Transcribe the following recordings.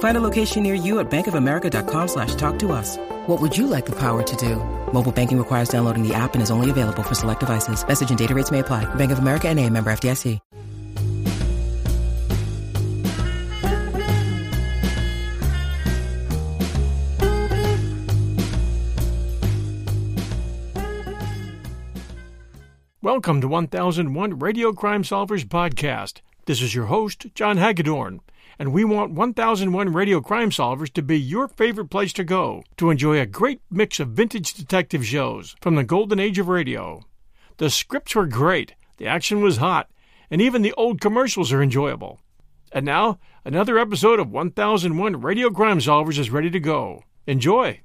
Find a location near you at bankofamerica.com slash talk to us. What would you like the power to do? Mobile banking requires downloading the app and is only available for select devices. Message and data rates may apply. Bank of America and a member FDIC. Welcome to 1001 Radio Crime Solvers Podcast. This is your host, John Hagedorn, and we want 1001 Radio Crime Solvers to be your favorite place to go to enjoy a great mix of vintage detective shows from the golden age of radio. The scripts were great, the action was hot, and even the old commercials are enjoyable. And now, another episode of 1001 Radio Crime Solvers is ready to go. Enjoy!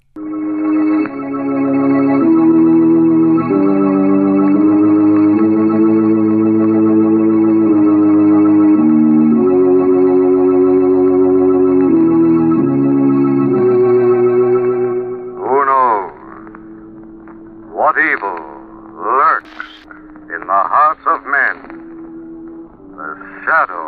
Who knows what evil lurks in the hearts of men? The shadow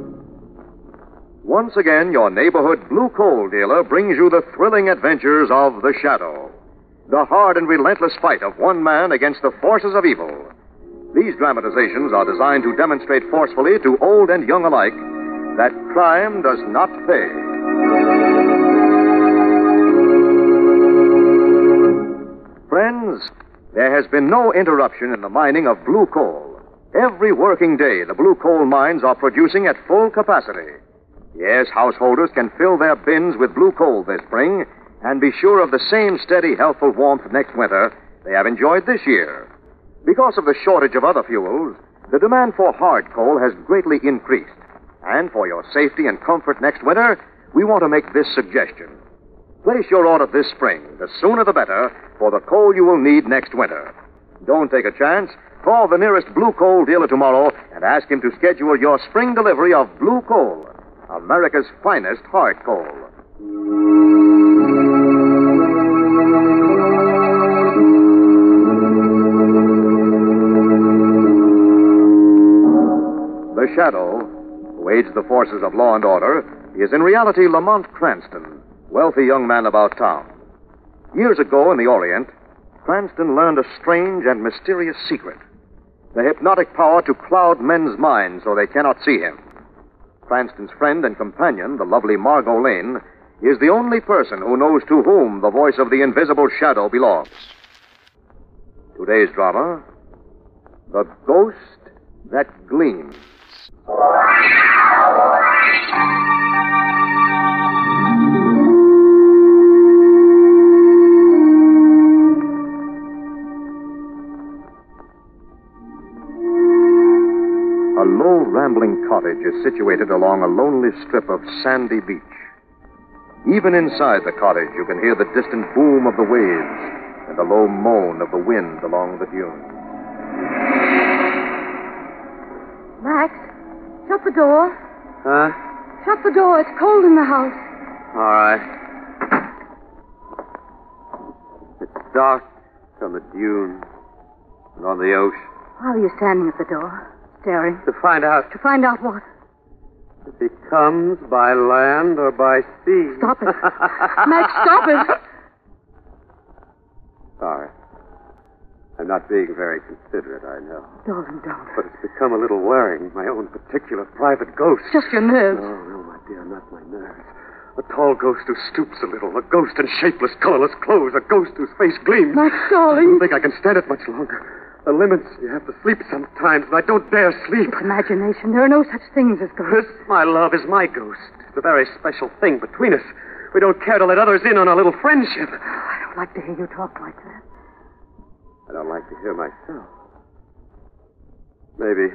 knows. Once again, your neighborhood blue coal dealer brings you the thrilling adventures of The Shadow. The hard and relentless fight of one man against the forces of evil. These dramatizations are designed to demonstrate forcefully to old and young alike that crime does not pay. Friends, there has been no interruption in the mining of blue coal. Every working day, the blue coal mines are producing at full capacity. Yes, householders can fill their bins with blue coal this spring and be sure of the same steady, healthful warmth next winter they have enjoyed this year. Because of the shortage of other fuels, the demand for hard coal has greatly increased. And for your safety and comfort next winter, we want to make this suggestion. Place your order this spring, the sooner the better, for the coal you will need next winter. Don't take a chance. Call the nearest blue coal dealer tomorrow and ask him to schedule your spring delivery of blue coal, America's finest hard coal. The Shadow, who aids the forces of law and order, is in reality Lamont Cranston, wealthy young man about town. Years ago in the Orient, Cranston learned a strange and mysterious secret the hypnotic power to cloud men's minds so they cannot see him. Cranston's friend and companion, the lovely Margot Lane, is the only person who knows to whom the voice of the invisible shadow belongs. Today's drama The Ghost That Gleams. A low, rambling cottage is situated along a lonely strip of sandy beach. Even inside the cottage, you can hear the distant boom of the waves and the low moan of the wind along the dunes. Max, shut the door. Huh? Shut the door. It's cold in the house. All right. It's dark on the dunes and on the ocean. Why are you standing at the door, staring? To find out To find out what? if he comes by land or by sea. Stop it. Max, stop it. Sorry. I'm not being very considerate, I know. Darling, don't. But it's become a little worrying. My own particular private ghost. It's just your nerves. No, no, my dear, not my nerves. A tall ghost who stoops a little. A ghost in shapeless, colorless clothes. A ghost whose face gleams. Max, darling. I don't think I can stand it much longer. The limits. You have to sleep sometimes, and I don't dare sleep. It's imagination. There are no such things as ghosts. This, my love, is my ghost. It's a very special thing between us. We don't care to let others in on our little friendship. I don't like to hear you talk like that. I don't like to hear myself. Maybe.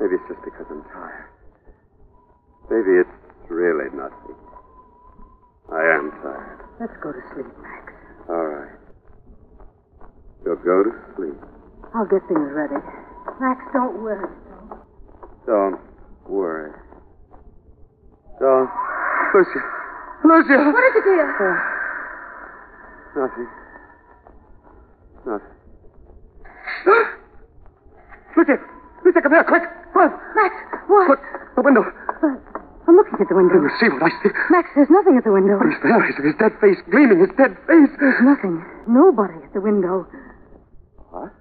Maybe it's just because I'm tired. Maybe it's really nothing. I am tired. Let's go to sleep, Max. All right. You'll go to sleep. I'll get things ready. Max, don't worry. Don't worry. Don't. Lucia. Lucia! What is it, dear? Nothing. Nothing. Lucia! Lucia, come here, quick! Run! Max, what? Look, the window. I'm looking at the window. You see what I see? Max, there's nothing at the window. What is there? His, his dead face gleaming, his dead face. There's nothing. Nobody at the window. What?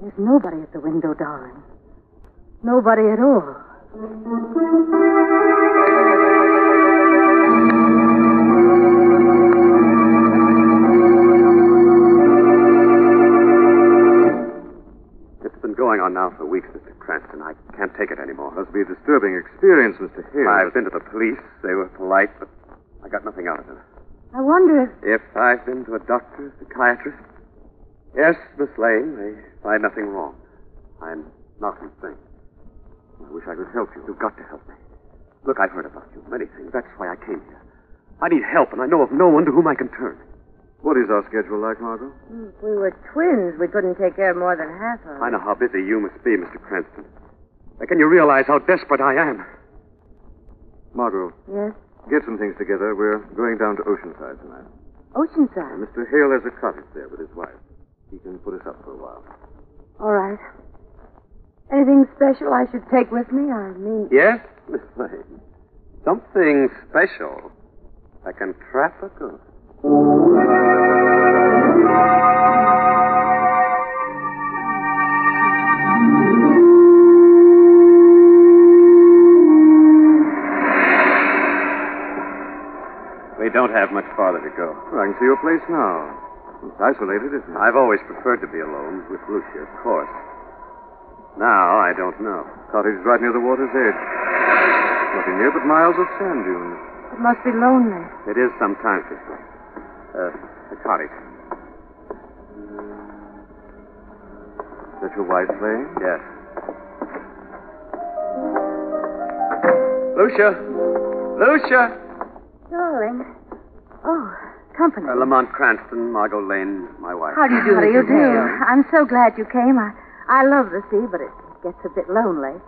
There's nobody at the window, darling. Nobody at all. It's been going on now for weeks, Mr. Cranston. I can't take it anymore. Must be a disturbing experience, Mr. Hill. I've been to the police. They were polite, but I got nothing out of them. I wonder if. If I've been to a doctor, psychiatrist. Yes, Miss Lane, they find nothing wrong. I'm not insane. I wish I could help you. You've got to help me. Look, I've heard about you, many things. That's why I came here. I need help, and I know of no one to whom I can turn. What is our schedule like, Margot? If we were twins, we couldn't take care of more than half of I it. know how busy you must be, Mr. Cranston. Now, can you realize how desperate I am? Margot, Yes? get some things together. We're going down to Oceanside tonight. Oceanside. And Mr. Hale has a cottage there with his wife. He can put us up for a while. All right. Anything special I should take with me? I mean, Yes, Miss Lane. Something special. I can trap a ghost. We don't have much farther to go. Well, I can see your place now. It's isolated, isn't it? I've always preferred to be alone with Lucia, of course. Now I don't know. Cottage right near the water's edge. Nothing here but miles of sand dunes. it must be lonely. It is sometimes this way. Uh, the cottage. Is that your wife playing? Yes. Lucia! Lucia! Darling. Oh, company. Uh, Lamont Cranston, Margot Lane, my wife. How do you do? How do Mr. you do? Hale? I'm so glad you came. I, I love the sea, but it gets a bit lonely.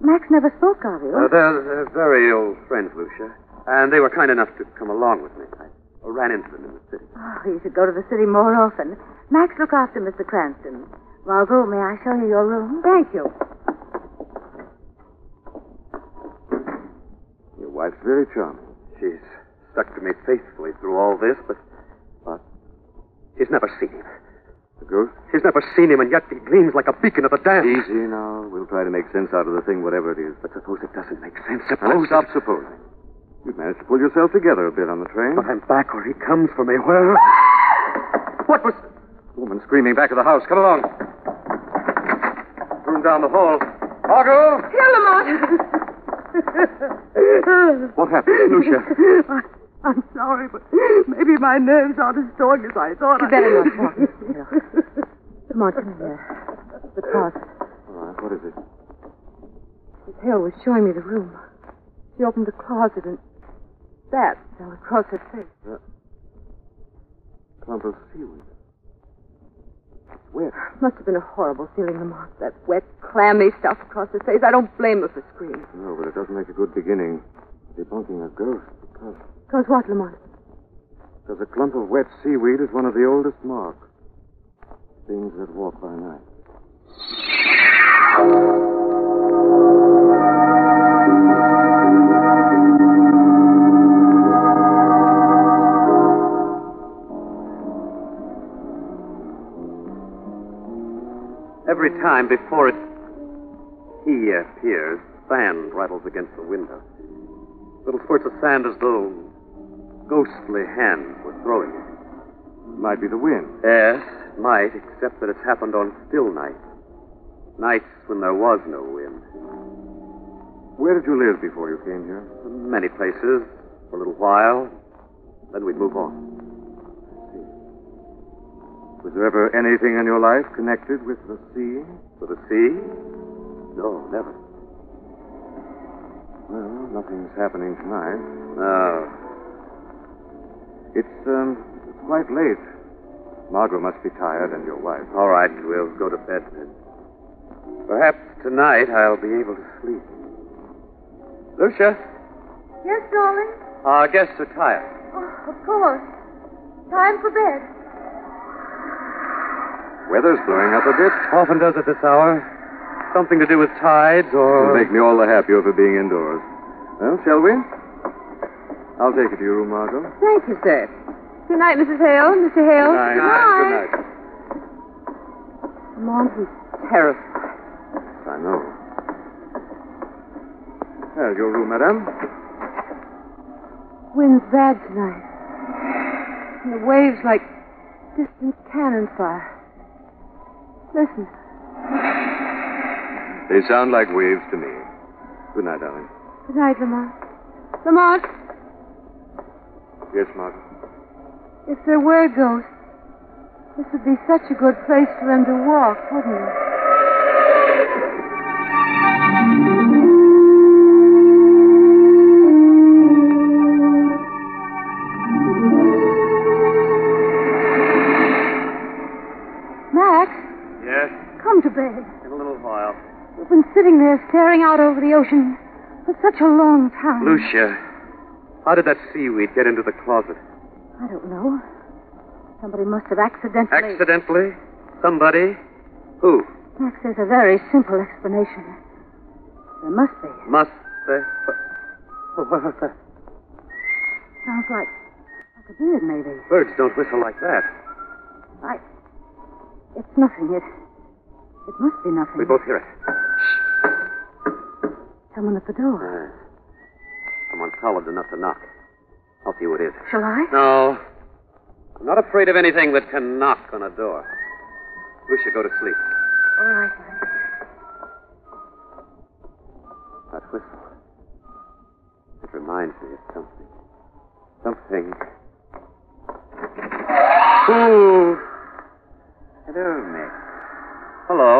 Max never spoke of you. Uh, they're, they're very old friends, Lucia. And they were kind enough to come along with me. I ran into them in the city. Oh, you should go to the city more often. Max, look after Mr. Cranston. Margot, may I show you your room? Thank you. Your wife's very charming. She's stuck to me faithfully through all this, but. But. She's never seen him. The ghost? She's never seen him, and yet he gleams like a beacon of the damned. Easy now. We'll try to make sense out of the thing, whatever it is. But suppose it doesn't make sense. Now, Suppose. let's stop supposing. You've managed to pull yourself together a bit on the train. But I'm back where he comes for me. Where? what was. Woman screaming back of the house. Come along. Room down the hall. Margot! Here, Lamont. What happened? Lucia. I'm sorry, but maybe my nerves aren't as strong as I thought. You Better not talk, Miss Hill. Come on, come here. The closet. All right, what is it? Miss Hill was showing me the room. She opened the closet and that fell across her face. Clump of seaweed. Where? Must have been a horrible feeling, Lamont. That wet, clammy stuff across her face. I don't blame her for screaming. No, but it doesn't make a good beginning. Debunking a ghost because Because what, Lamont? because a clump of wet seaweed is one of the oldest marks. Things that walk by night. Every time before it. He appears, sand rattles against the window. Little spurts of sand as though ghostly hands were throwing it. Might be the wind. Yes, it might, except that it's happened on still nights. Nights when there was no wind. Where did you live before you came here? Many places for a little while, then we'd move on. Was there ever anything in your life connected with the sea? For the sea? No, never. Well, nothing's happening tonight. No. It's, um, it's quite late. Margot must be tired, and your wife. All right, we'll go to bed then. Perhaps tonight I'll be able to sleep. Lucia, Yes, darling? our guests are tired. Oh, of course. Time for bed. Weather's blowing up a bit. Often does at this hour. Something to do with tides It'll or. make me all the happier for being indoors. Well, shall we? I'll take you to your room, Margot. Thank you, sir. Good night, Mrs. Hale, Mr. Hale. Good night. Good night. Mom, he's terrified. I know. There's your room, madame. Wind's bad tonight. And the waves like distant cannon fire. Listen, They sound like waves to me. Good night, darling. good night, Lamont. Lamont, Yes, Margot. if there were ghosts, this would be such a good place for them to walk, wouldn't it? Max, Yes, come to bed. in a little while. You've been sitting there staring out over the ocean for such a long time. Lucia, how did that seaweed get into the closet? I don't know. Somebody must have accidentally. Accidentally? Somebody? Who? Max, there's a very simple explanation. There must be. Must they? What was that? Sounds like like a bird, maybe. Birds don't whistle like that. I. It's nothing. It. It must be nothing. We both hear it. Someone at the door. Ah. Someone solid enough to knock. I'll see who it is. Shall I? No. I'm not afraid of anything that can knock on a door. Lucia, go to sleep. All right. Max. That whistle. It reminds me of something. Something. Who? Hello, Mick. Hello.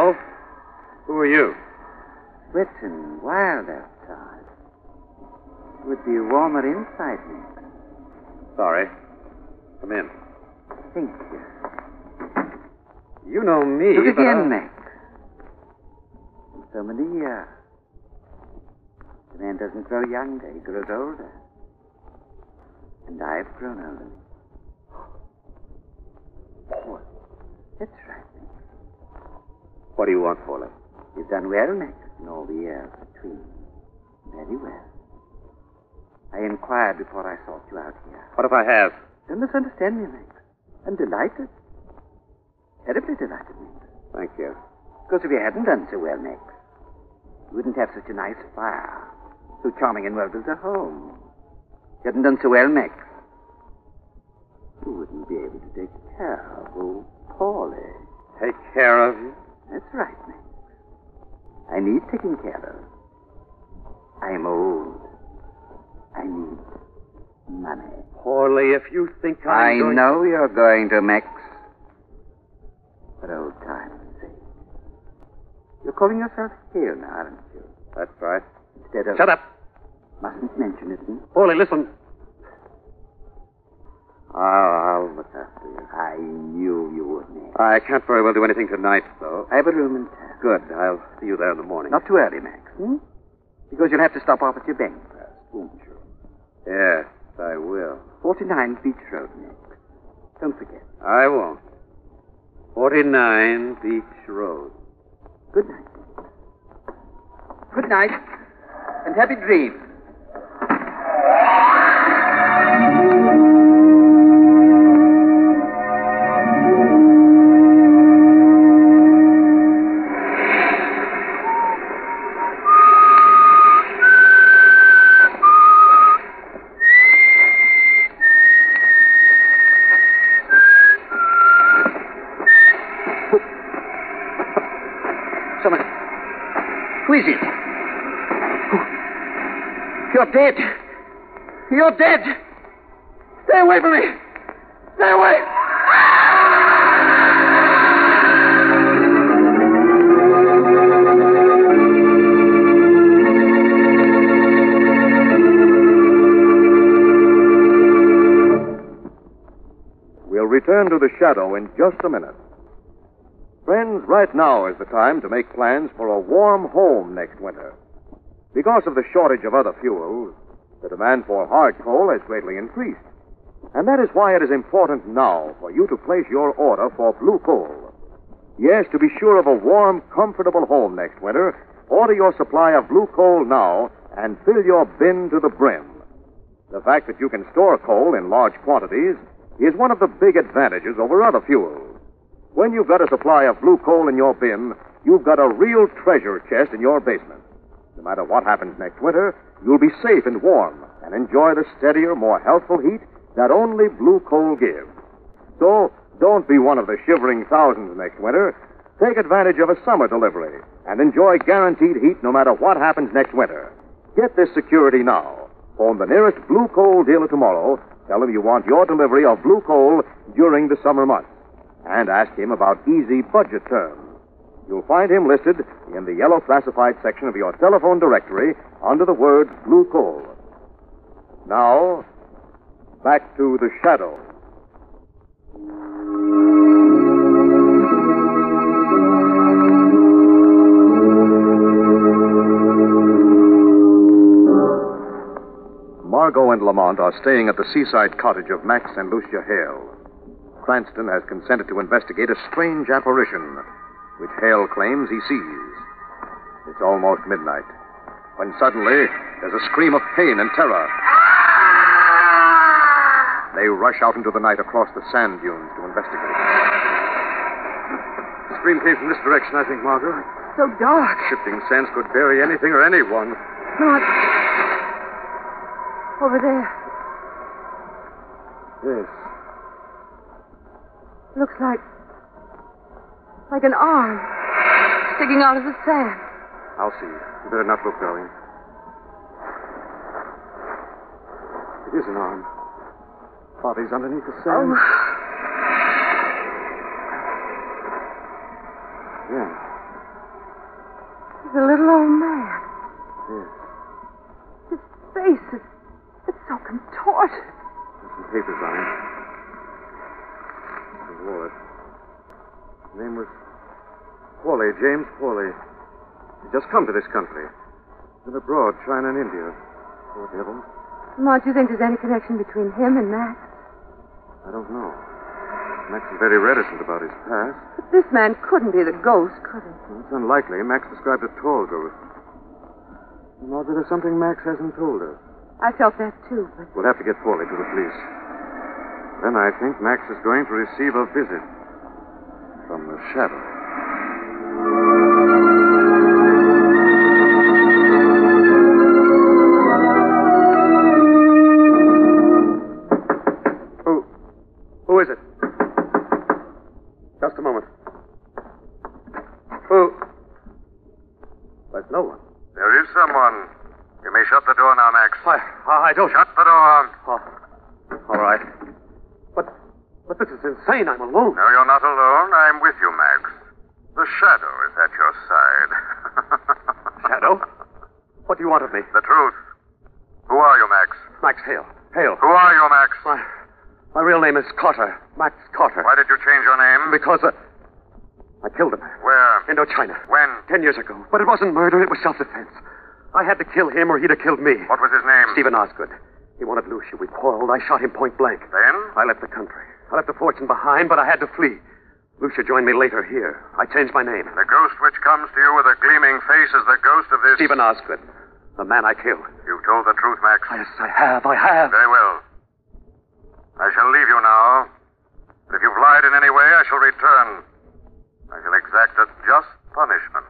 Who are you? Written wild outside. Would be warmer inside me. Sorry. Come in. Thank you. You know me. Look but again, I- Max. In so many years. The man doesn't grow younger, he grows older. And I've grown older. Poor. That's right, Max. What do you want, Paula? You've done well, Max, in all the years between. Very well. I inquired before I sought you out here. What if I have? Don't misunderstand me, Max. I'm delighted. Terribly delighted, Max. Thank you. Because if you hadn't done so well, Max, you wouldn't have such a nice fire, so charming and well built a home. If you hadn't done so well, Max, you wouldn't be able to take care of old Paulie. Take care of you. That's right, Max. I need taking care of. I'm old. I need money. Paula, if you think I'm I going- know you're going to, Max. But old time's sake. You're calling yourself Hale now, aren't you? That's right. Instead of. Shut up. Mustn't mention it, hmm? Paula, listen. I'll look after you. I knew you would, Max. I can't very well do anything tonight, though. I have a room in town. Good. I'll see you there in the morning. Not too early, Max, hmm? Because you'll have to stop off at your bank first, won't you? Yes, I will. 49 Beach Road, Max. Don't forget. I won't. 49 Beach Road. Good night. Good night, and happy dreams. is it? You're dead. You're dead. Stay away from me. Stay away. We'll return to the shadow in just a minute. Friends, right now is the time to make plans for a warm home next winter. Because of the shortage of other fuels, the demand for hard coal has greatly increased. And that is why it is important now for you to place your order for blue coal. Yes, to be sure of a warm, comfortable home next winter, order your supply of blue coal now and fill your bin to the brim. The fact that you can store coal in large quantities is one of the big advantages over other fuels. When you've got a supply of blue coal in your bin, you've got a real treasure chest in your basement. No matter what happens next winter, you'll be safe and warm and enjoy the steadier, more healthful heat that only blue coal gives. So, don't be one of the shivering thousands next winter. Take advantage of a summer delivery and enjoy guaranteed heat no matter what happens next winter. Get this security now. Phone the nearest blue coal dealer tomorrow. Tell him you want your delivery of blue coal during the summer months. And ask him about easy budget terms. You'll find him listed in the yellow classified section of your telephone directory under the words blue coal. Now, back to the shadow. Margot and Lamont are staying at the seaside cottage of Max and Lucia Hale. Cranston has consented to investigate a strange apparition, which Hale claims he sees. It's almost midnight, when suddenly there's a scream of pain and terror. They rush out into the night across the sand dunes to investigate. The scream came from this direction, I think, Margot. So dark. Shifting sands could bury anything or anyone. No, it's over there. Yes. Looks like. like an arm sticking out of the sand. I'll see. You better not look, darling. It is an arm. Bodies underneath the sand. Oh. Yeah. He's a little old man. Yes. His face is it's so contorted. There's some papers on him. The wallet. His name was Hawley, James Hawley. He'd just come to this country. Been abroad, China and India. Poor devil. Lamont, do you think there's any connection between him and Max? I don't know. Max is very reticent about his past. But this man couldn't be the ghost, could he? Well, it's unlikely. Max described a tall ghost. Margaret, there's something Max hasn't told us. I felt that too, but We'll have to get Foley to the police. Then I think Max is going to receive a visit from the shadow. Who? Who is it? Just a moment. Who? There's no one. There is someone. You may shut the door now, Max. Why, I I don't. Shut the door. Oh, all right. But, but this is insane. I'm alone. No, you're not alone. I'm with you, Max. The shadow is at your side. Shadow? What do you want of me? The truth. Who are you, Max? Max Hale. Hale. Who are you, Max? My, my real name is Carter. Max Carter. Why did you change your name? Because uh, I killed him. Where? Indochina. When? Ten years ago. But it wasn't murder. It was self-defense. I had to kill him or he'd have killed me. What was his name? Stephen Osgood. He wanted Lucia. We quarreled. I shot him point blank. Then? I left the country. I left the fortune behind, but I had to flee. Lucia joined me later here. I changed my name. The ghost which comes to you with a gleaming face is the ghost of this. Stephen Osgood. The man I killed. You've told the truth, Max. Yes, I have. I have. Very well. I shall leave you now. But if you've lied in any way, I shall return. I shall exact a just punishment.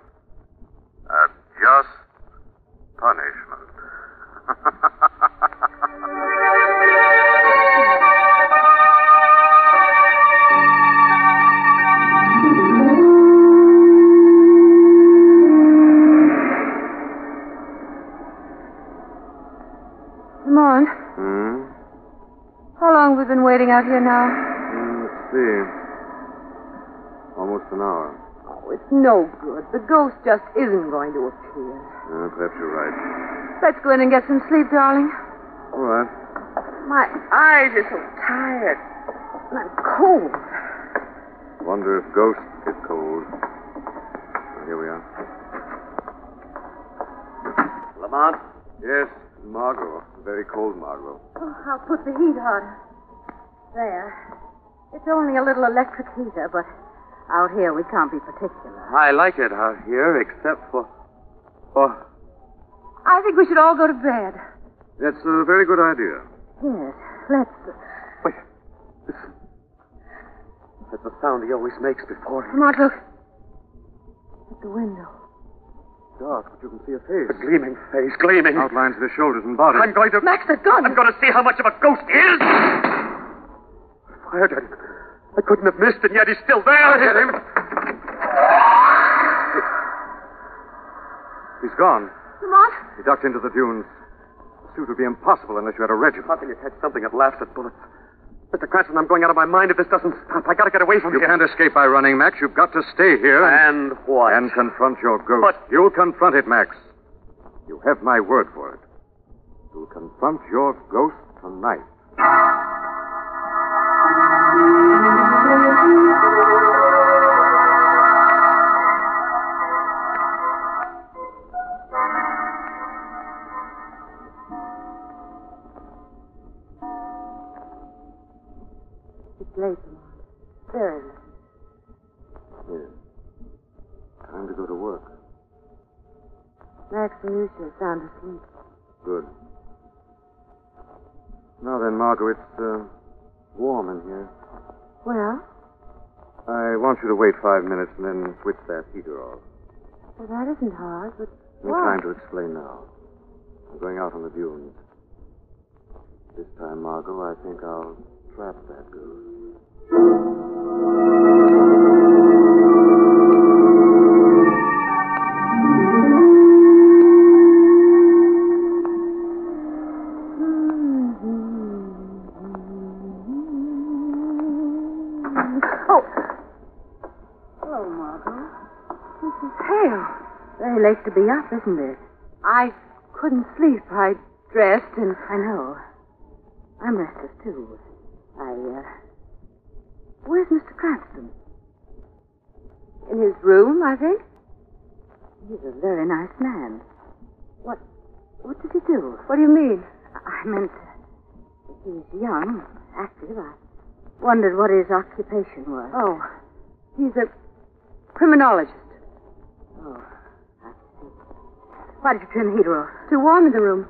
A just punishment. Hmm? out here now? Mm, let's see. Almost an hour. Oh, it's no good. The ghost just isn't going to appear. Uh, perhaps you're right. Let's go in and get some sleep, darling. All right. My eyes are so tired. And I'm cold. Wonder if ghosts get cold. Well, here we are. Lamont? Yes, Margot. Very cold, Margot. Oh, I'll put the heat on. There. It's only a little electric heater, but out here we can't be particular. I like it out here, except for. for. I think we should all go to bed. That's a very good idea. Yes, let's. Wait. Listen. That's the sound he always makes before Come on, look. At the window. Dark, but you can see a face. A gleaming face, gleaming. Outlines of the shoulders and body. I'm going to. Max, the gun! I'm going to see how much of a ghost he is! I fired at him. I couldn't have missed, and yet he's still there. I hit him. He's gone. Lamont? He ducked into the dunes. Pursuit would be impossible unless you had a regiment. How can you catch something that laughs at bullets? Mr. Cranston, I'm going out of my mind if this doesn't stop. I gotta get away from You here. can't escape by running, Max. You've got to stay here and, And what? and confront your ghost. But- You'll confront it, Max. You have my word for it. You'll confront your ghost tonight. It's late, Lamont. Very late. Yes. Time to go to work. Max and Lucia are sound asleep. Good. Now then, Margot, it's uh, warm in here. Well, I want you to wait five minutes and then switch that heater off. well that isn't hard, but No why? time to explain now. I'm going out on the dunes. This time, Margot, I think I'll trap that girl. Oh. Hello, Margot. Mrs. Hale. Very late to be up, isn't it? I couldn't sleep. I dressed and. I know. I'm restless, too. I, uh. Where's Mr. Cranston? In his room, I think. He's a very nice man. What. What does he do? What do you mean? I meant. He's young, active. I wondered what his occupation was. Oh, he's a criminologist. Oh, I see. Why did you turn the heater off? Too warm in the room.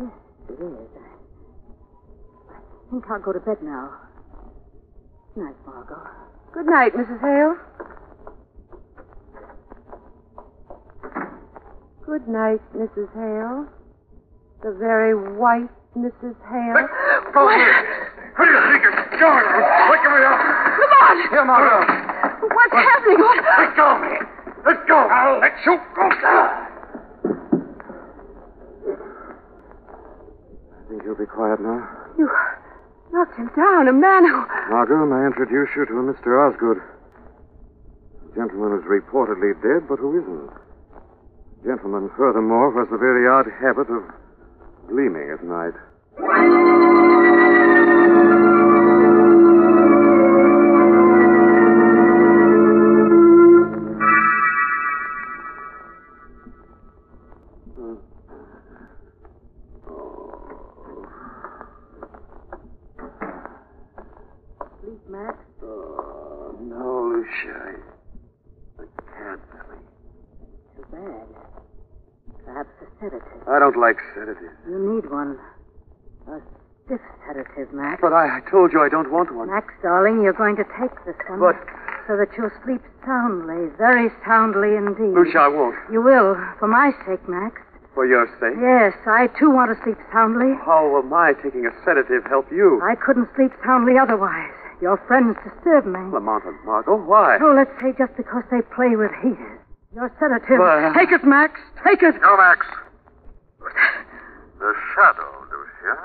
Yes, it is. I I think I'll go to bed now. Good night, Margot. Good night, Mrs. Hale. Good night, Mrs. Hale. The very white Mrs. Hale. Who do you think you're going? Look at me up. Lamont! Here, Margot. What's happening? What? Let go of me. Let go. I'll let you go. I think you'll be quiet now. You knocked him down, a man who. Margot, may I introduce you to a Mr. Osgood? A gentleman who's reportedly dead, but who isn't. A gentleman, furthermore, who has the very odd habit of gleaming at night. Sleep, Max. Oh, no, Lucia. I, I can't sleep. Too bad. Perhaps a sedative. I don't like sedatives. You need one. A stiff sedative, Max. But I, I told you I don't want one. Max, darling, you're going to take this one. But- So that you'll sleep soundly, very soundly indeed. Lucia, I won't. You will, for my sake, Max. For your sake. Yes, I too want to sleep soundly. How will my taking a sedative help you? I couldn't sleep soundly otherwise. Your friends disturb me. Lamont and Margot, why? So let's say just because they play with heaters. Your sedative. Well- uh, Take it, Max. Take it. No, Max. The shadow, Lucia.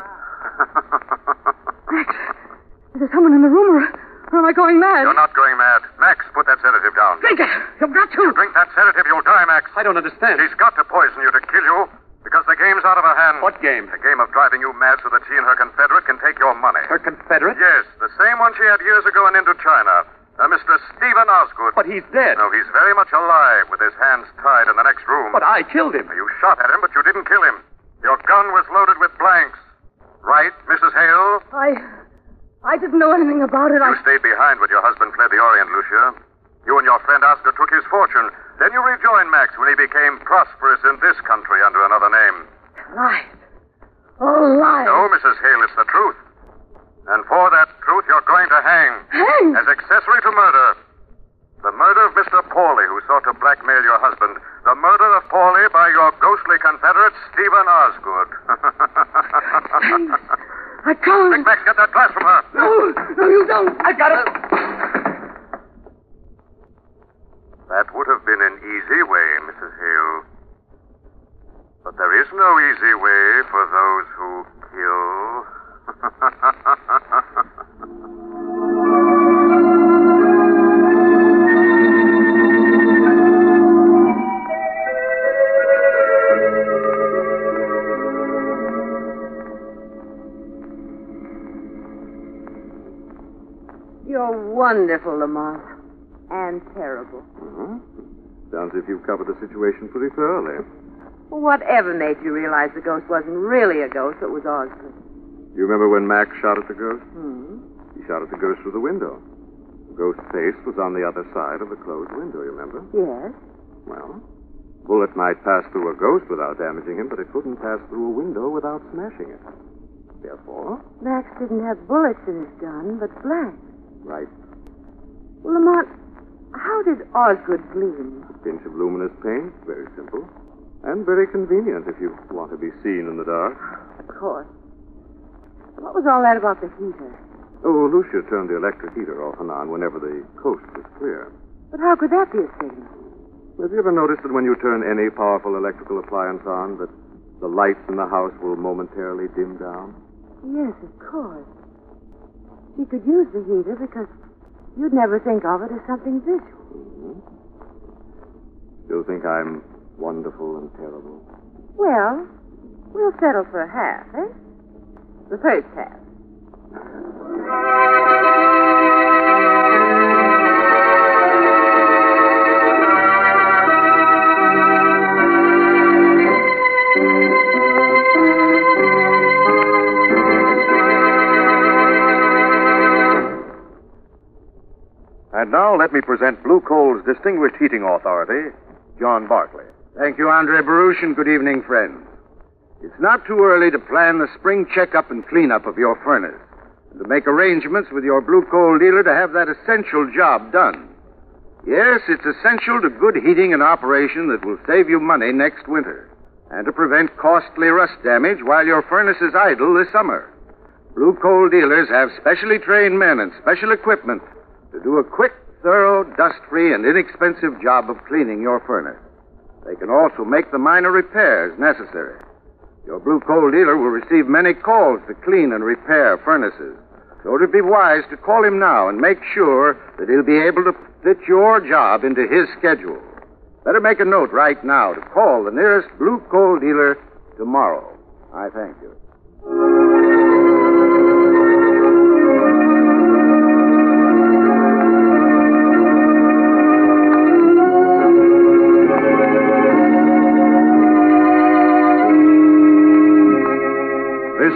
Is there someone in the room, or, or am I going mad? You're not going mad. Max, put that sedative down. Drink it. You've got to. You drink that sedative, you'll die, Max. I don't understand. She's got to poison you to kill you because the game's out of her hands. What game? The game of driving you mad so that she and her confederate can take your money. Her Confederate? Yes, the same one she had years ago in Indochina. A Mr. Stephen Osgood. But he's dead. No, he's very much alive with his hands tied in the next room. But I killed him. You shot at him, but you didn't kill him. Your gun was loaded with blanks. Right, Mrs. Hale? I. I didn't know anything about it. You I. stayed behind when your husband fled the Orient, Lucia. You and your friend Oscar took his fortune. Then you rejoined Max when he became prosperous in this country under another name. Lies. All lies. No, Mrs. Hale, it's the truth. And for that truth, you're going to hang. Hang? As accessory to murder. The murder of Mr. Pawley, who sought to blackmail your husband. The murder of Pawley by your ghostly confederate, Stephen Osgood. I can't. Quick, Max, get that glass from her. No, no, you don't. I got it. That would have been an easy way, Mrs. Hale. But there is no easy way for those who kill. You're wonderful, Lamont. And terrible. Mm-hmm. Sounds as if you've covered the situation pretty thoroughly. Whatever made you realize the ghost wasn't really a ghost, it was Osgood. You remember when Max shot at the ghost? Hmm. He shot at the ghost through the window. The ghost's face was on the other side of the closed window, you remember? Yes. Well, bullet might pass through a ghost without damaging him, but it couldn't pass through a window without smashing it. Therefore, Max didn't have bullets in his gun, but blanks. right Lamont, how did Osgood gleam? pinch of luminous paint, very simple. And very convenient if you want to be seen in the dark. Of course. What was all that about the heater? Oh, Lucia turned the electric heater off and on whenever the coast was clear. But how could that be a signal? Have you ever noticed that when you turn any powerful electrical appliance on, that the lights in the house will momentarily dim down? Yes, of course. He could use the heater because you'd never think of it as something visual. You'll Mm-hmm. think I'm wonderful and terrible. Well, we'll settle for a half, eh? The first half. And now let me present Blue Coal's distinguished heating authority, John Barclay. Thank you, Andre Baruch, and good evening, friends. It's not too early to plan the spring checkup and cleanup of your furnace, and to make arrangements with your blue coal dealer to have that essential job done. Yes, it's essential to good heating and operation that will save you money next winter, and to prevent costly rust damage while your furnace is idle this summer. Blue coal dealers have specially trained men and special equipment to do a quick, thorough, dust free, and inexpensive job of cleaning your furnace. They can also make the minor repairs necessary. Your blue coal dealer will receive many calls to clean and repair furnaces. So it would be wise to call him now and make sure that he'll be able to fit your job into his schedule. Better make a note right now to call the nearest blue coal dealer tomorrow. I thank you. This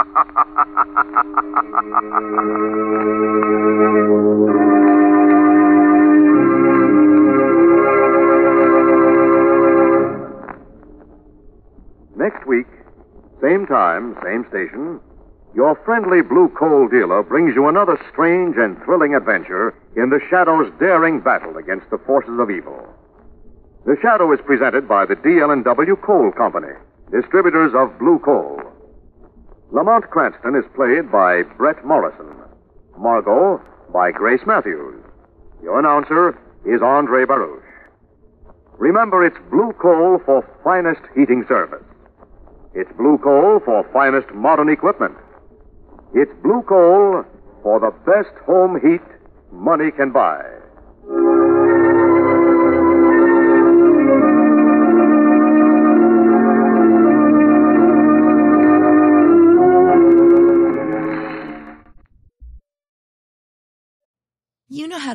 knows. next week, same time, same station, your friendly blue coal dealer brings you another strange and thrilling adventure in the Shadow's daring battle against the forces of evil. The Shadow is presented by the DL&W Coal Company, distributors of blue coal. Lamont Cranston is played by Brett Morrison. Margot by Grace Matthews. Your announcer is Andre Baruch. Remember, it's blue coal for finest heating service. It's blue coal for finest modern equipment. It's blue coal for the best home heat money can buy. You know how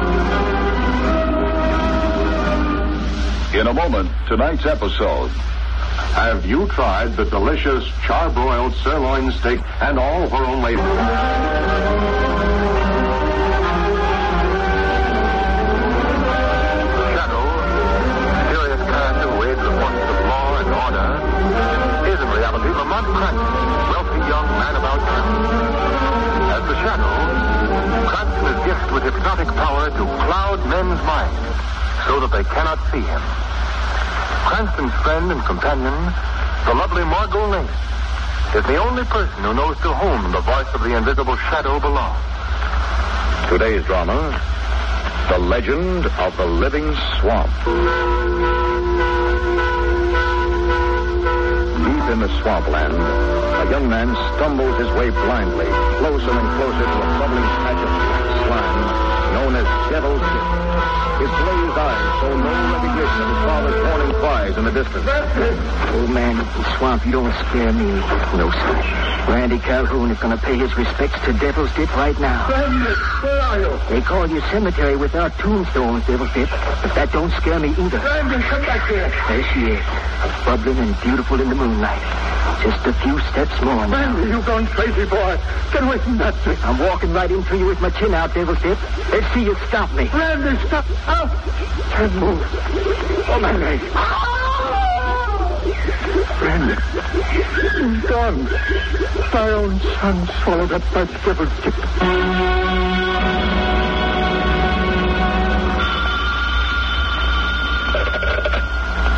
In a moment, tonight's episode. Have you tried the delicious charbroiled sirloin steak and all for only? Shadow, serious character who aids the forces of law and order, is in reality Lamont Cranston, wealthy young man about town. As the Shadow, Cranston is gifted with hypnotic power to cloud men's minds so that they cannot see him. Cranston's friend and companion, the lovely Margot Lane, is the only person who knows to whom the voice of the invisible shadow belongs. Today's drama The Legend of the Living Swamp. Deep in the swampland, a young man stumbles his way blindly, closer and closer to a bubbling patch of black slime known as Devil's Ship. His glazed eyes show no recognition of his father's warning cries in the distance. Old man, Swamp, you don't scare me. No, sir. Randy Calhoun is going to pay his respects to Devil's Dip right now. Randy, where are you? They call you cemetery without tombstones, Devil's Dip. But that don't scare me either. Randy, come back here. There she is, bubbling and beautiful in the moonlight. Just a few steps more. Now. Randy, you've gone crazy, boy. Get away from that thing. I'm walking right into you with my chin out, Devil's Dip. Let's see you stop me. Randy, stop. Out! Can't move. Oh, my leg. Brandon. He's gone. My own son swallowed up by devil tip.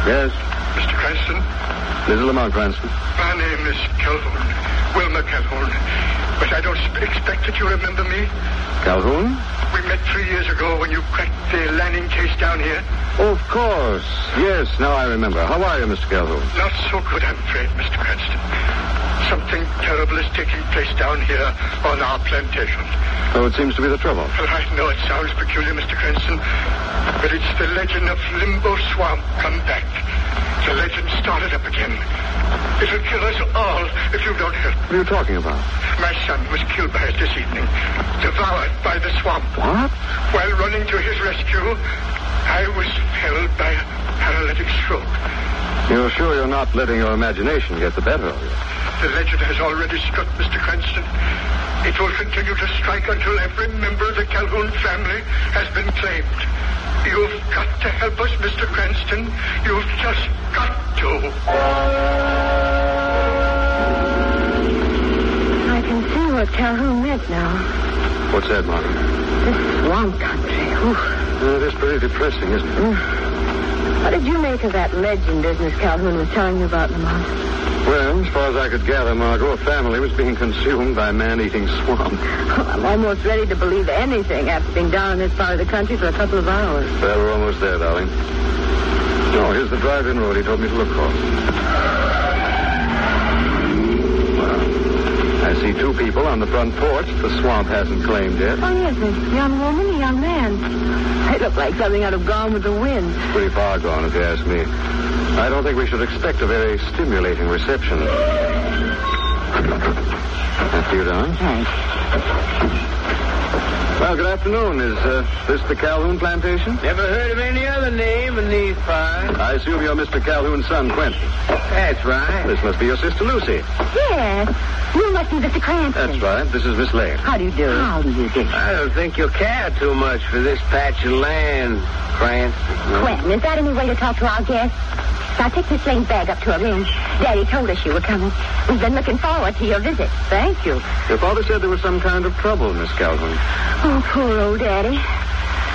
Yes. Mr. Cranston? This is Lamont Cranston. My name is Calhoun. Wilma Calhoun. But I don't expect that you remember me. Calhoun? We met three years ago when you cracked the Lanning case down here. Of course. Yes, now I remember. How are you, Mr. Calhoun? Not so good, I'm afraid, Mr. Cranston. Something terrible is taking place down here on our plantation. Oh, it seems to be the trouble. Well, I know it sounds peculiar, Mr. Cranston, but it's the legend of Limbo Swamp come back. The legend started up again. It'll kill us all if you don't help. What are you talking about? My son was killed by it this evening, devoured by the swamp. What? While running to his rescue, I was held by a paralytic stroke. You're sure you're not letting your imagination get the better of you? The legend has already struck Mr. Cranston. It will continue to strike until every member of the Calhoun family has been claimed. You've got to help us, Mr. Cranston. You've just got to. I can see what Calhoun meant now. What's that, Marty? This swamp country. Oof. Uh, that's pretty depressing, isn't it? What did you make of that legend business Calhoun was telling you about, Lamont? Well, as far as I could gather, Margot, a family was being consumed by a man-eating swamp. Oh, I'm almost ready to believe anything after being down in this part of the country for a couple of hours. Well, we're almost there, darling. No, here's the drive-in road he told me to look for. I see two people on the front porch the swamp hasn't claimed yet. Oh, yes, a young woman, a young man. They look like something out of Gone with the Wind. Pretty far gone, if you ask me. I don't think we should expect a very stimulating reception. After you, Don. Thanks. Well, good afternoon. Is uh, this the Calhoun plantation? Never heard of any other name in these parts. I assume you're Mr. Calhoun's son, Quentin. That's right. This must be your sister, Lucy. Yes. You must be Oh, Mr. Cranston. That's right. This is Miss Lane. Uh, How do you do? How do you do? I don't think you'll care too much for this patch of land, Cranston. Quentin, is that any way to talk to our guests? Now take Miss Lane's bag up to her room. Daddy told us you were coming. We've been looking forward to your visit. Thank you. Your father said there was some kind of trouble, Miss Calhoun. Oh, poor old Daddy.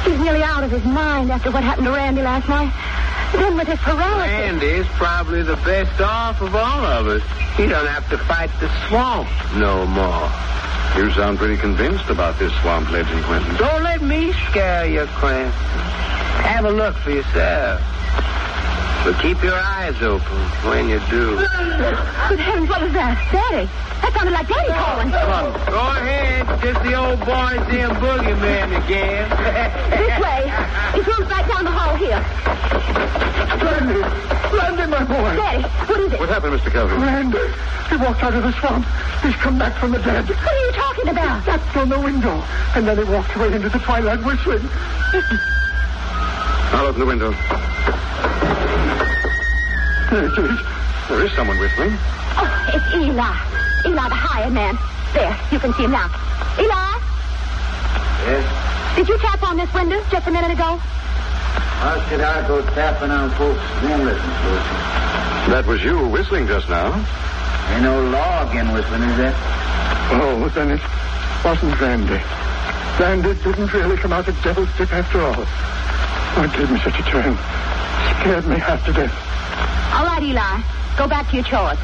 He's nearly out of his mind after what happened to Randy last night. Then with his paralysis. Randy's probably the best off of all of us. He don't have to fight the swamp no more. You sound pretty convinced about this swamp legend, Quentin. Don't let me scare you, Quentin. Have a look for yourself. But keep your eyes open when you do. Good heavens, what was that? Daddy. That sounded like Daddy calling. Come on. Go ahead. Just the old boy's damn boogeyman again. this way. His room's right down the hall here. Randy! Randy, my boy! Daddy, what is it? What happened, Mr. Calvin? Randy! He walked out of the swamp. He's come back from the dead. What are you talking about? He stepped on the window, and then he walked away into the twilight whistling. I'll open the window. There it is. There is someone whistling. Oh, it's Eli. Eli, the hired man. There, you can see him now. Eli? Yes? Did you tap on this window just a minute ago? How should I go tapping on folks' windows, Lucy? That was you whistling just now. Ain't no law again whistling, is there? Oh, then it wasn't Randy. Randy didn't really come out of Devil's Dip after all. Why gave me such a turn? Scared me half to death. All right, Eli. Go back to your chores.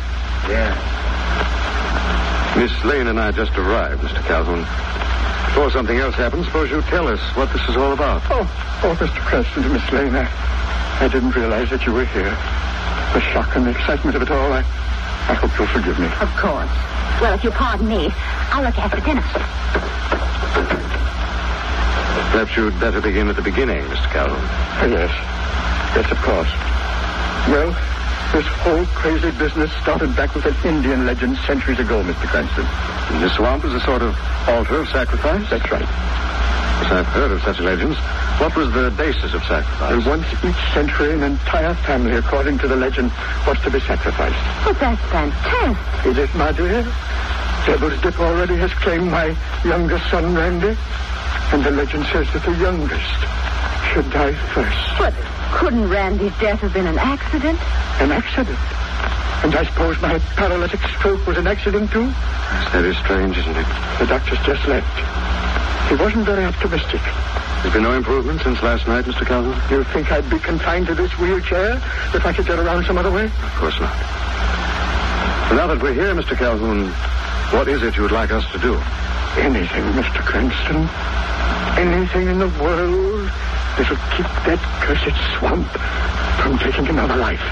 Yeah. Miss Lane and I just arrived, Mr. Calhoun. Before something else happens, suppose you tell us what this is all about. Oh, oh, Mr. Preston and Miss Lane, I, I didn't realize that you were here. The shock and the excitement of it all, I, I hope you'll forgive me. Of course. Well, if you'll pardon me, I'll look after dinner. Perhaps you'd better begin at the beginning, Mr. Calhoun. Oh, yes. Yes, of course. Well, this whole crazy business started back with an Indian legend centuries ago, Mr. Cranston. And the swamp is a sort of altar of sacrifice? That's right. Yes, I've heard of such legends. What was the basis of sacrifice? And once each century, an entire family, according to the legend, was to be sacrificed. Oh, that's fantastic. Is it, my dear? Devil's Dip already has claimed my younger son, Randy. And the legend says that the youngest should die first. But couldn't Randy's death have been an accident? An accident? And I suppose my paralytic stroke was an accident, too? It's very strange, isn't it? The doctor's just left. He wasn't very optimistic. There's been no improvement since last night, Mr. Calvin? You think I'd be confined to this wheelchair if I could get around some other way? Of course not. But now that we're here, Mr. Calhoun, what is it you'd like us to do? Anything, Mr. Cranston. Anything in the world that'll keep that cursed swamp from taking another life.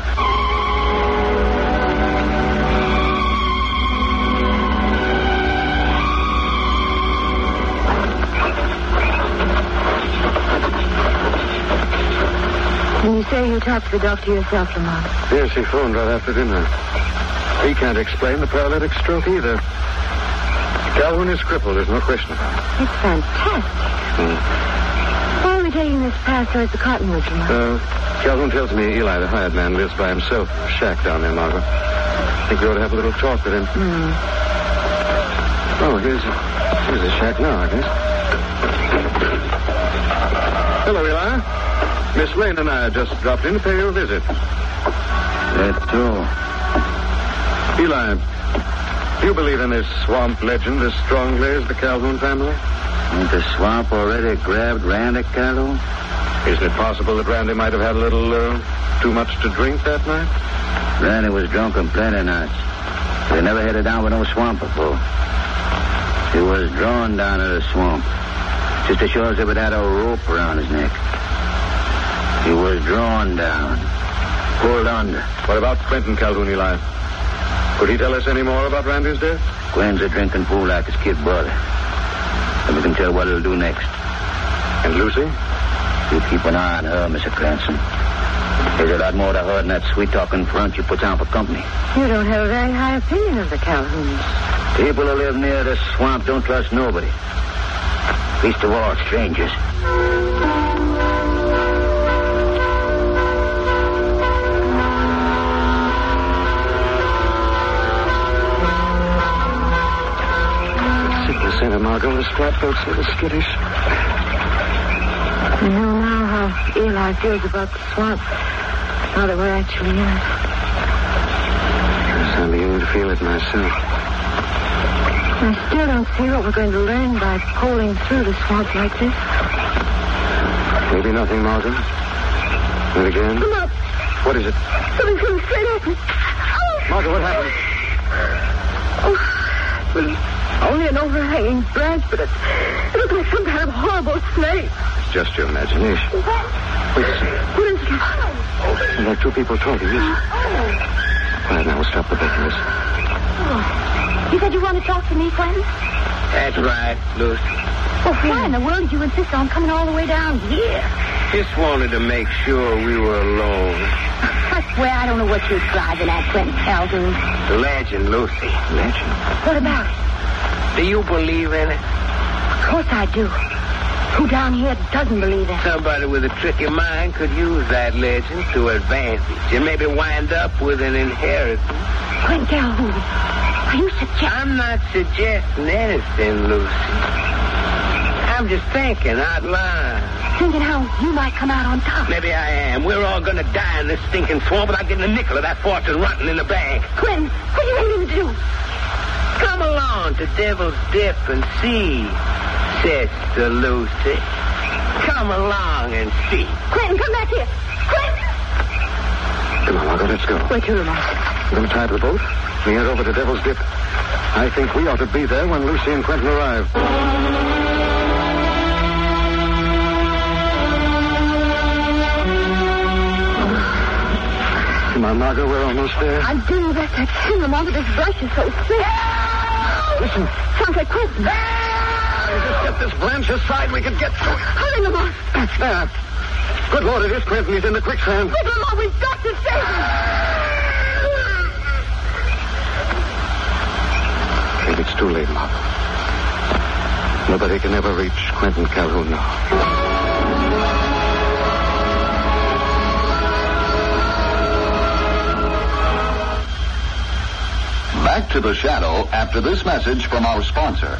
When you say you talked to the doctor yourself, Lamont? Yes, he phoned right after dinner. He can't explain the paralytic stroke either. Calhoun is crippled, there's no question about it. It's fantastic. Hmm taking this path towards the cottonwoods, Lamont? Uh, Calhoun tells me Eli, the hired man, lives by himself in a shack down there, Margaret. I think we ought to have a little talk with him. Hmm. Mm. Oh, here's, here's the shack now, I guess. Hello, Eli. Miss Lane and I just dropped in to pay you a visit. That's all. Eli, do you believe in this swamp legend as strongly as the Calhoun family? Ain't the swamp already grabbed Randy Carlo? Isn't it possible that Randy might have had a little uh, too much to drink that night? Randy was drunk on plenty nights. We never headed down with no swamp before. He was drawn down to the swamp. Just as sure as if it had a rope around his neck. He was drawn down. Pulled under. What about Quentin Calhoun, Eli? Could he tell us any more about Randy's death? Quinn's a drinking fool like his kid brother. And we can tell what he'll do next. And Lucy? You keep an eye on her, Mr. Cranston. There's a lot more to her than that sweet talking front you put on for company. You don't have a very high opinion of the Calhouns. People who live near this swamp don't trust nobody. Least of all, strangers. Santa Margot, this flatboat's a little skittish. You know now how Eli feels about the swamp. Now that we're actually in it. Yes, I'm beginning to feel it myself. I still don't see what we're going to learn by poling through the swamp like this. Maybe nothing, Margot. But again. Come up. What is it? Something's coming straight at me. Oh! Margot, what happened? Oh, please. Only an overhanging branch, but it, it looked like some kind of horrible snake. It's just your imagination. What? What is it? Oh, there are two people talking, yes. Oh. Quiet now, we'll stop the bed, yes. Oh. You said you want to talk to me, friend? That's right, Lucy. Well, why in the world did you insist on coming all the way down here? Just wanted to make sure we were alone. I swear I don't know what you're driving at, Quentin Calhoun. Legend, Lucy. Legend? What about it? Do you believe in it? Of course I do. Who down here doesn't believe it? Somebody with a tricky mind could use that legend to advantage and maybe wind up with an inheritance. Quentin Calhoun, are you suggesting... I'm not suggesting anything, Lucy. I'm just thinking out loud. Thinking how you might come out on top. Maybe I am. We're all going to die in this stinking swamp without getting a nickel of that fortune rotten in the bank. Quentin, what are you aiming to do? Come along to Devil's Dip and see, Sister Lucy. Come along and see. Quentin, come back here. Quentin! Come on, Margot, let's go. Where to, Lamont? We're going to tie to the boat. We head over to Devil's Dip. I think we ought to be there when Lucy and Quentin arrive. Come on, Margot, we're almost there. I'm doing that. I've seen Lamont, but this brush is so thick. Listen. Sounds like Quentin. If just get this branch aside, we could get through it. Hurry, Lamont. That's there. Good Lord, it is Quentin. He's in the quicksand. Quick, Lamont, we've got to save him. I think it's too late, Mom. Nobody can ever reach Quentin Calhoun now. Back to the shadow after this message from our sponsor.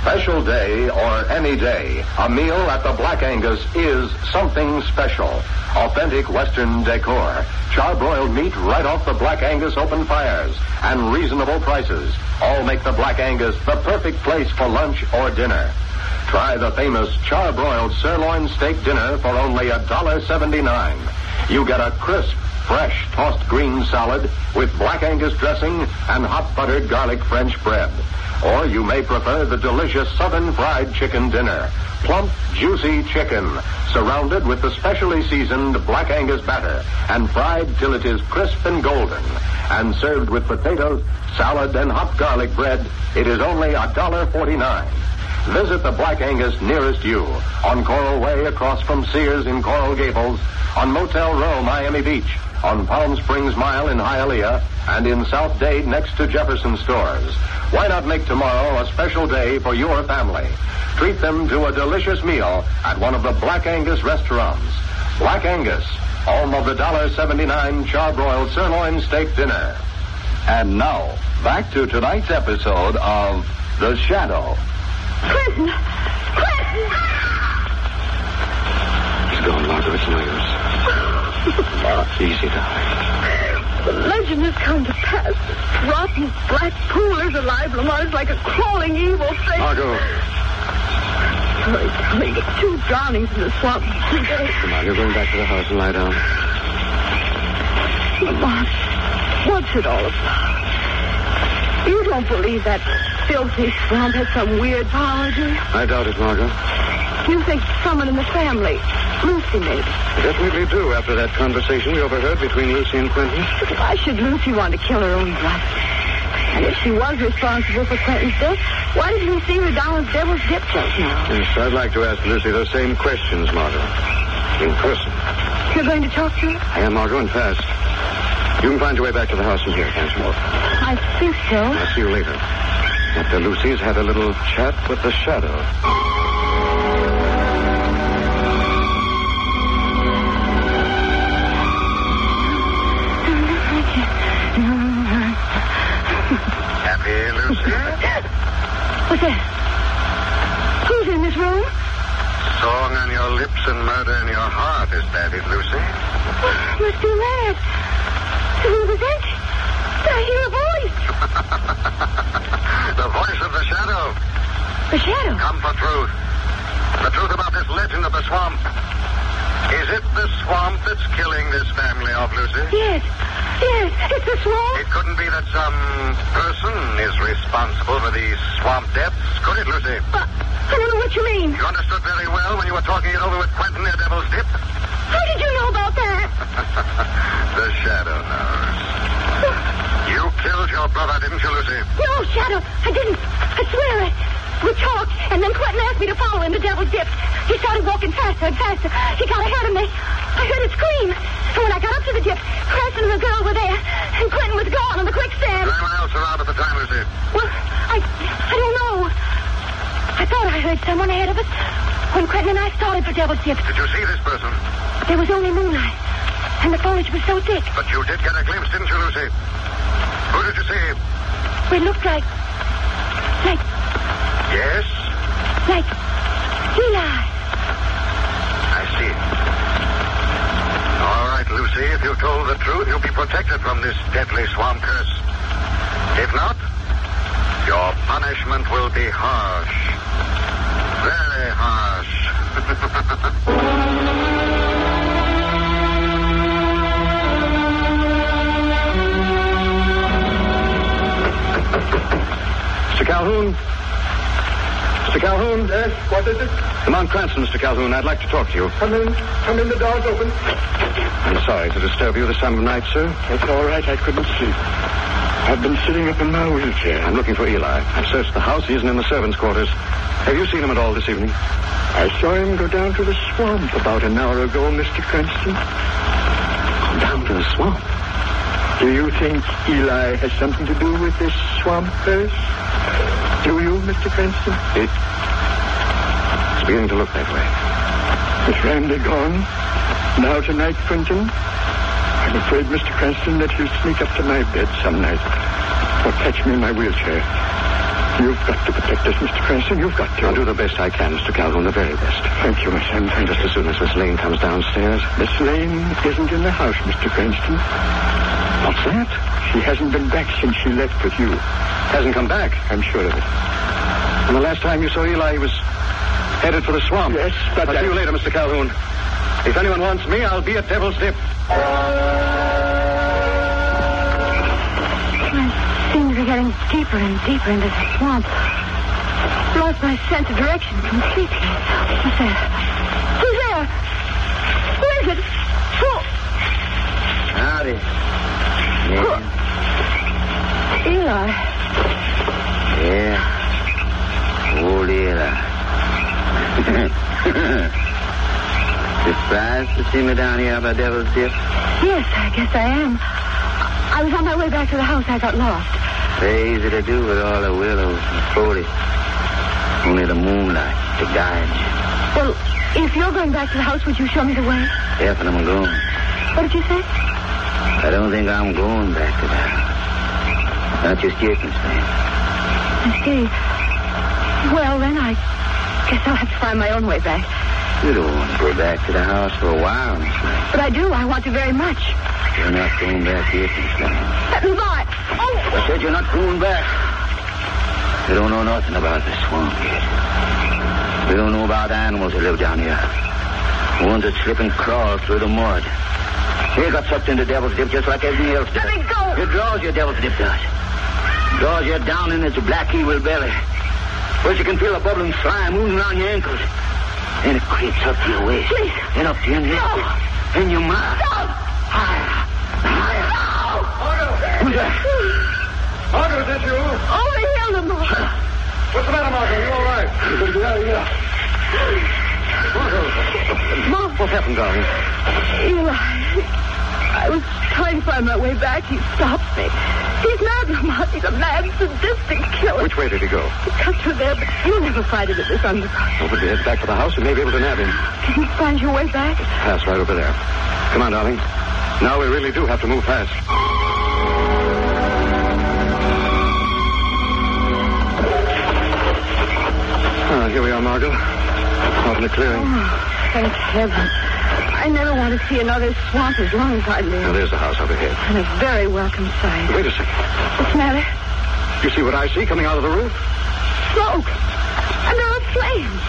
Special day or any day, a meal at the Black Angus is something special. Authentic Western decor, charbroiled meat right off the Black Angus open fires, and reasonable prices all make the Black Angus the perfect place for lunch or dinner. Try the famous charbroiled sirloin steak dinner for only $1.79. You get a crisp, fresh tossed green salad with black Angus dressing and hot buttered garlic French bread. Or you may prefer the delicious southern fried chicken dinner. Plump, juicy chicken, surrounded with the specially seasoned black Angus batter and fried till it is crisp and golden. And served with potatoes, salad, and hot garlic bread, it is only $1.49. Visit the Black Angus nearest you on Coral Way across from Sears in Coral Gables, on Motel Row, Miami Beach, on Palm Springs Mile in Hialeah, and in South Dade next to Jefferson Stores. Why not make tomorrow a special day for your family? Treat them to a delicious meal at one of the Black Angus restaurants. Black Angus, home of the $1.79 charbroiled sirloin steak dinner. And now, back to tonight's episode of The Shadow. Quentin! Quentin! He's gone, Margot. It's no use. Easy, darling. The legend has come to pass. Rotten black pool is alive. Lamont is like a crawling evil thing. Margot. Hurry, hurry. Two drownings in the swamp. Three days. Come on, you're going back to the house and lie down. Lamont, what's it all about? You don't believe that filthy swamp has some weird power, do you? I doubt it, Margot. You think someone in the family, Lucy maybe. Definitely do after that conversation we overheard between Lucy and Quentin. But why should Lucy want to kill her own brother? And if she was responsible for Quentin's death, why did Lucy Redonald's devil's dip just now? Yes, I'd like to ask Lucy those same questions, Margot. In person. You're going to talk to her? I am, Margot, and fast. You can find your way back to the house from here, can't you? I think so. I'll see you later. After Lucy's had a little chat with the shadow. Happy, Lucy? What's that? Who's in this room? Song on your lips and murder in your heart. Is that it, Lucy? It must be mad. Who was it? I hear a voice. the voice of the shadow. The shadow? Come for truth. The truth about this legend of the swamp. Is it the swamp that's killing this family off, Lucy? Yes. Yes, it's the swamp. It couldn't be that some person is responsible for these swamp deaths, could it, Lucy? Uh, I don't know what you mean. You understood very well when you were talking it over with Quentin at Devil's Dip. How did you know about that? the shadow knows. you killed your brother, didn't you, Lucy? No, Shadow, I didn't. I swear it. We talked, and then Quentin asked me to follow him to Devil's Dip. He started walking faster and faster. He got ahead of me. I heard a scream. And when I got up to the dip, Crescent and the girl were there, and Quentin was gone on the quicksand. Nine miles around at the time, Lucy. Well, I, I don't know. I thought I heard someone ahead of us when Quentin and I started for Devil's Dip. Did you see this person? There was only moonlight, and the foliage was so thick. But you did get a glimpse, didn't you, Lucy? Who did you see? It looked like. like. Yes? Like Eli. I see. All right, Lucy, if you told the truth, you'll be protected from this deadly swamp curse. If not, your punishment will be harsh. Very harsh. Mr. Calhoun? Mr. Calhoun? Yes, what is it? Come on, Cranston, Mr. Calhoun. I'd like to talk to you. Come in. Come in. The door's open. I'm sorry to disturb you this time of night, sir. It's all right. I couldn't sleep. I've been sitting up in my wheelchair. I'm looking for Eli. I've searched the house. He isn't in the servants' quarters. Have you seen him at all this evening? I saw him go down to the swamp about an hour ago, Mr. Cranston. Come down to the swamp? Do you think Eli has something to do with this swamp curse? Do you, Mr. Cranston? It, it's beginning to look that way. Is Randy gone? Now tonight, Quentin? I'm afraid, Mr. Cranston, that he'll sneak up to my bed some night or catch me in my wheelchair. You've got to protect us, Mr. Cranston. You've got to. I'll do the best I can, Mr. Calhoun, the very best. Thank you, Miss Hanford. Just as soon as Miss Lane comes downstairs. Miss Lane isn't in the house, Mr. Cranston. What's that? She hasn't been back since she left with you. Hasn't come back? I'm sure of it. And the last time you saw Eli, he was headed for the swamp. Yes, but. I'll I- see you later, Mr. Calhoun. If anyone wants me, I'll be at Devil's Dip. My things are getting deeper and deeper into the swamp. Lost my sense of direction completely. Who's there? Who's there? Who is it? Who? Howdy. Yeah. Eli. Yeah. Old Eli. Surprised to see me down here by Devil's Dip? Yes, I guess I am. I was on my way back to the house. I got lost. Very easy to do with all the willows and foliage. Only the moonlight to guide you. Well, if you're going back to the house, would you show me the way? Yes, and I'm going. What did you say? I don't think I'm going back to that. Not just yet, Miss Lane. I see. Well, then I guess I'll have to find my own way back. You don't want to go back to the house for a while, Miss Lane. But I do. I want to very much. You're not going back yet, Miss Lane. Let me by. Oh, I said you're not going back. You don't know nothing about the swamp yet. We don't know about the animals that live down here. The ones that slip and crawl through the mud. They got sucked into Devil's Dip just like everything else does. Let me go! It draws you, Devil's Dip does. Draws you down in its black evil belly. Where you can feel a bubbling slime moving around your ankles. And it creeps up to your waist. Please. And up to your neck. No. And your mouth. Stop! Higher. Higher. No! Who's that? Margaret, is that you? Over here, Lamar. What's the matter, Margaret? Are you all right? Yeah, yeah. Margaret. Mom. What happened, darling? Eli. I was trying to find my way back. He stopped me. He's mad, Lamont. He's a mad, sadistic killer. Which way did he go? Cut through there, but you'll never find it at this underground. Over to head back for the house and may be able to nab him. Can you find your way back? Pass right over there. Come on, darling. Now we really do have to move fast. Ah, here we are, Margot. Out in the clearing. Oh, thank heaven. I never want to see another swamp as long as I live. Now, there's the house over here. And a very welcome sight. Wait a second. What's the matter? You see what I see coming out of the roof? Smoke! And there are flames!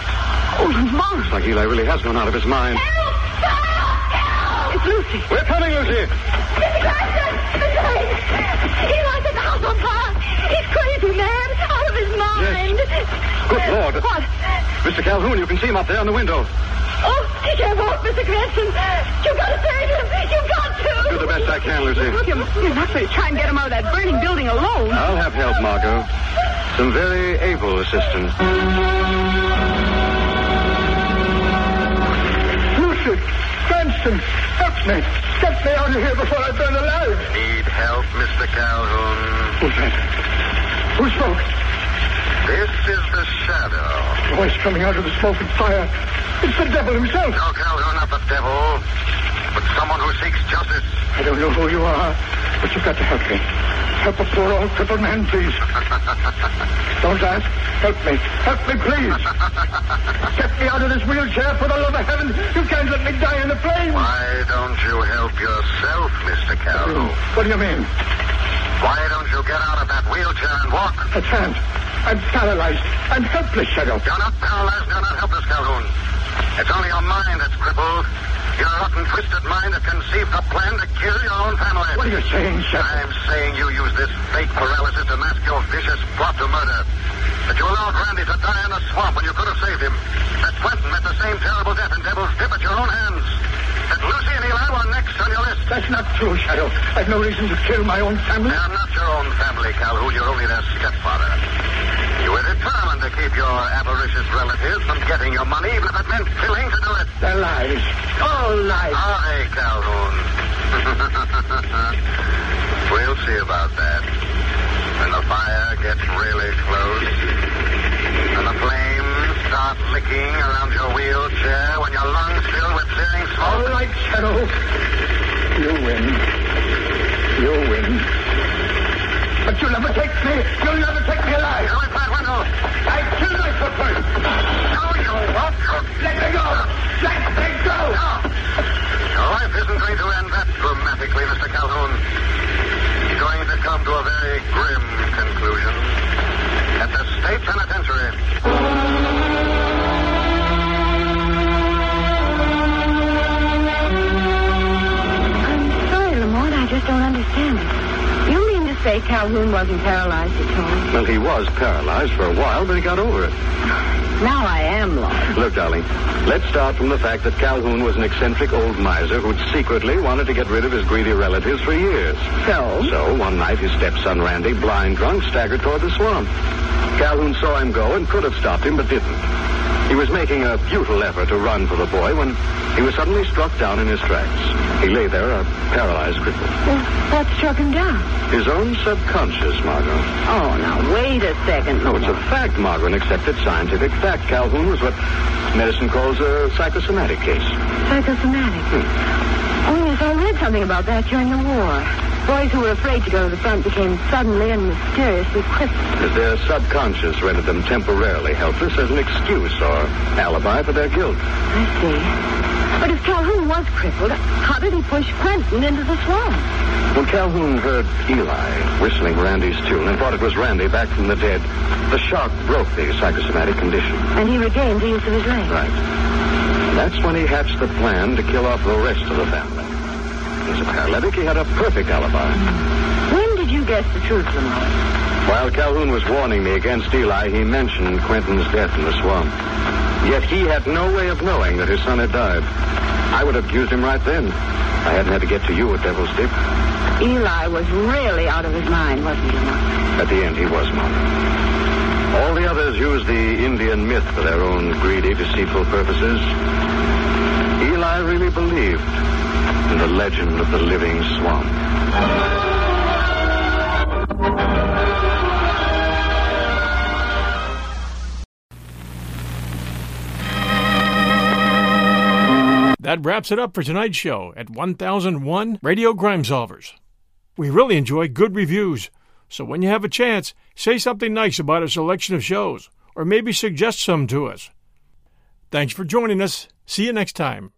Oh, Lamont! Looks like Eli really has gone out of his mind. Help! Help! It's Lucy. We're coming, Lucy. Mr. Gladstone! Mr. Gladstone! Eli set the house on fire! He's crazy, man! Out of his mind! Good Lord. What? Mr. Calhoun, you can see him up there in the window. Oh, he can't walk, Mr. Gladstone! You've got to save him! You've got to! Do the best I can, Lucy. Look, you, you must really try and get him out of that burning building alone. I'll have help, Margot. Some very able assistance. Lucy, Cranston, help me. Get me out of here before I burn alive. Need help, Mr. Calhoun? Who's that? Who spoke? This is the shadow. A voice coming out of the smoke and fire. It's the devil himself. No, Calhoun, not the devil, but someone who seeks justice. I don't know who you are, but you've got to help me. Help a poor old crippled man, please. don't ask. Help me. Help me, please. Get me out of this wheelchair for the love of heaven. You can't let me die in the flames. Why don't you help yourself, Mr. Calhoun? What do you mean? Why don't you get out of that wheelchair and walk? I can't. I'm paralyzed. I'm helpless, Shadow. You're not paralyzed. You're not helpless, Calhoun. It's only your mind that's crippled. Your rotten, twisted mind that conceived a plan to kill your own family. What are you saying, Shadow? I'm saying you use this fake paralysis to mask your vicious plot to murder. That you allowed Randy to die in a swamp when you could have saved him. That Quentin met the same terrible death in Devil's Dip at your own hands. That Lucy and Eli were next on your list. That's not true, Shadow. I've no reason to kill my own family. They're not your own family, Calhoun. You're only their stepfather. You were determined to keep your avaricious relatives from getting your money, even if it meant killing to do it. They're lies. All lies. All right, Calhoun. we'll see about that. When the fire gets really close, and the flames start licking around your wheelchair, when your lungs fill with searing smoke. All right, Shadow. You win. You win. But you'll never take me. You'll never take me alive. Go in that window. I killed myself first. No, you won't. Let me go. Let me go. No. Your life isn't going to end that dramatically, Mr. Calhoun. It's going to come to a very grim conclusion at the state penitentiary. I'm sorry, Lamont. I just don't understand it. You mean to say Calhoun wasn't paralyzed at all? Well, he was paralyzed for a while, but he got over it. Now I am lost. Look, darling, let's start from the fact that Calhoun was an eccentric old miser who'd secretly wanted to get rid of his greedy relatives for years. So? So, one night, his stepson Randy, blind drunk, staggered toward the swamp. Calhoun saw him go and could have stopped him, but didn't. He was making a futile effort to run for the boy when he was suddenly struck down in his tracks. He lay there, a paralyzed cripple. Well, what struck him down? His own subconscious, Margot. Oh, now wait a second. No, it's a Lamont. fact, Margot, an accepted scientific fact. Calhoun was what medicine calls a psychosomatic case. Hmm. Psychosomatic. Oh, yes, I read something about that during the war. Boys who were afraid to go to the front became suddenly and mysteriously crippled. Their subconscious rendered them temporarily helpless as an excuse or alibi for their guilt. I see. But if Calhoun was crippled, how did he push Cranston into the swamp? When Calhoun heard Eli whistling Randy's tune and thought it was Randy back from the dead, the shock broke the psychosomatic condition. And he regained the use of his legs. Right. That's when he hatched the plan to kill off the rest of the family. As a paralytic, he had a perfect alibi. When did you guess the truth, Lamont? While Calhoun was warning me against Eli, he mentioned Quentin's death in the swamp. Yet he had no way of knowing that his son had died. I would have accused him right then. I hadn't had to get to you at Devil's Dip. Eli was really out of his mind, wasn't he, Lamont? At the end, he was Mom. All the others used the Indian myth for their own greedy, deceitful purposes. Eli really believed in the legend of the living swamp. That wraps it up for tonight's show at 1001 Radio Crime Solvers. We really enjoy good reviews, so when you have a chance, say something nice about our selection of shows, or maybe suggest some to us. Thanks for joining us. See you next time.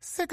Sick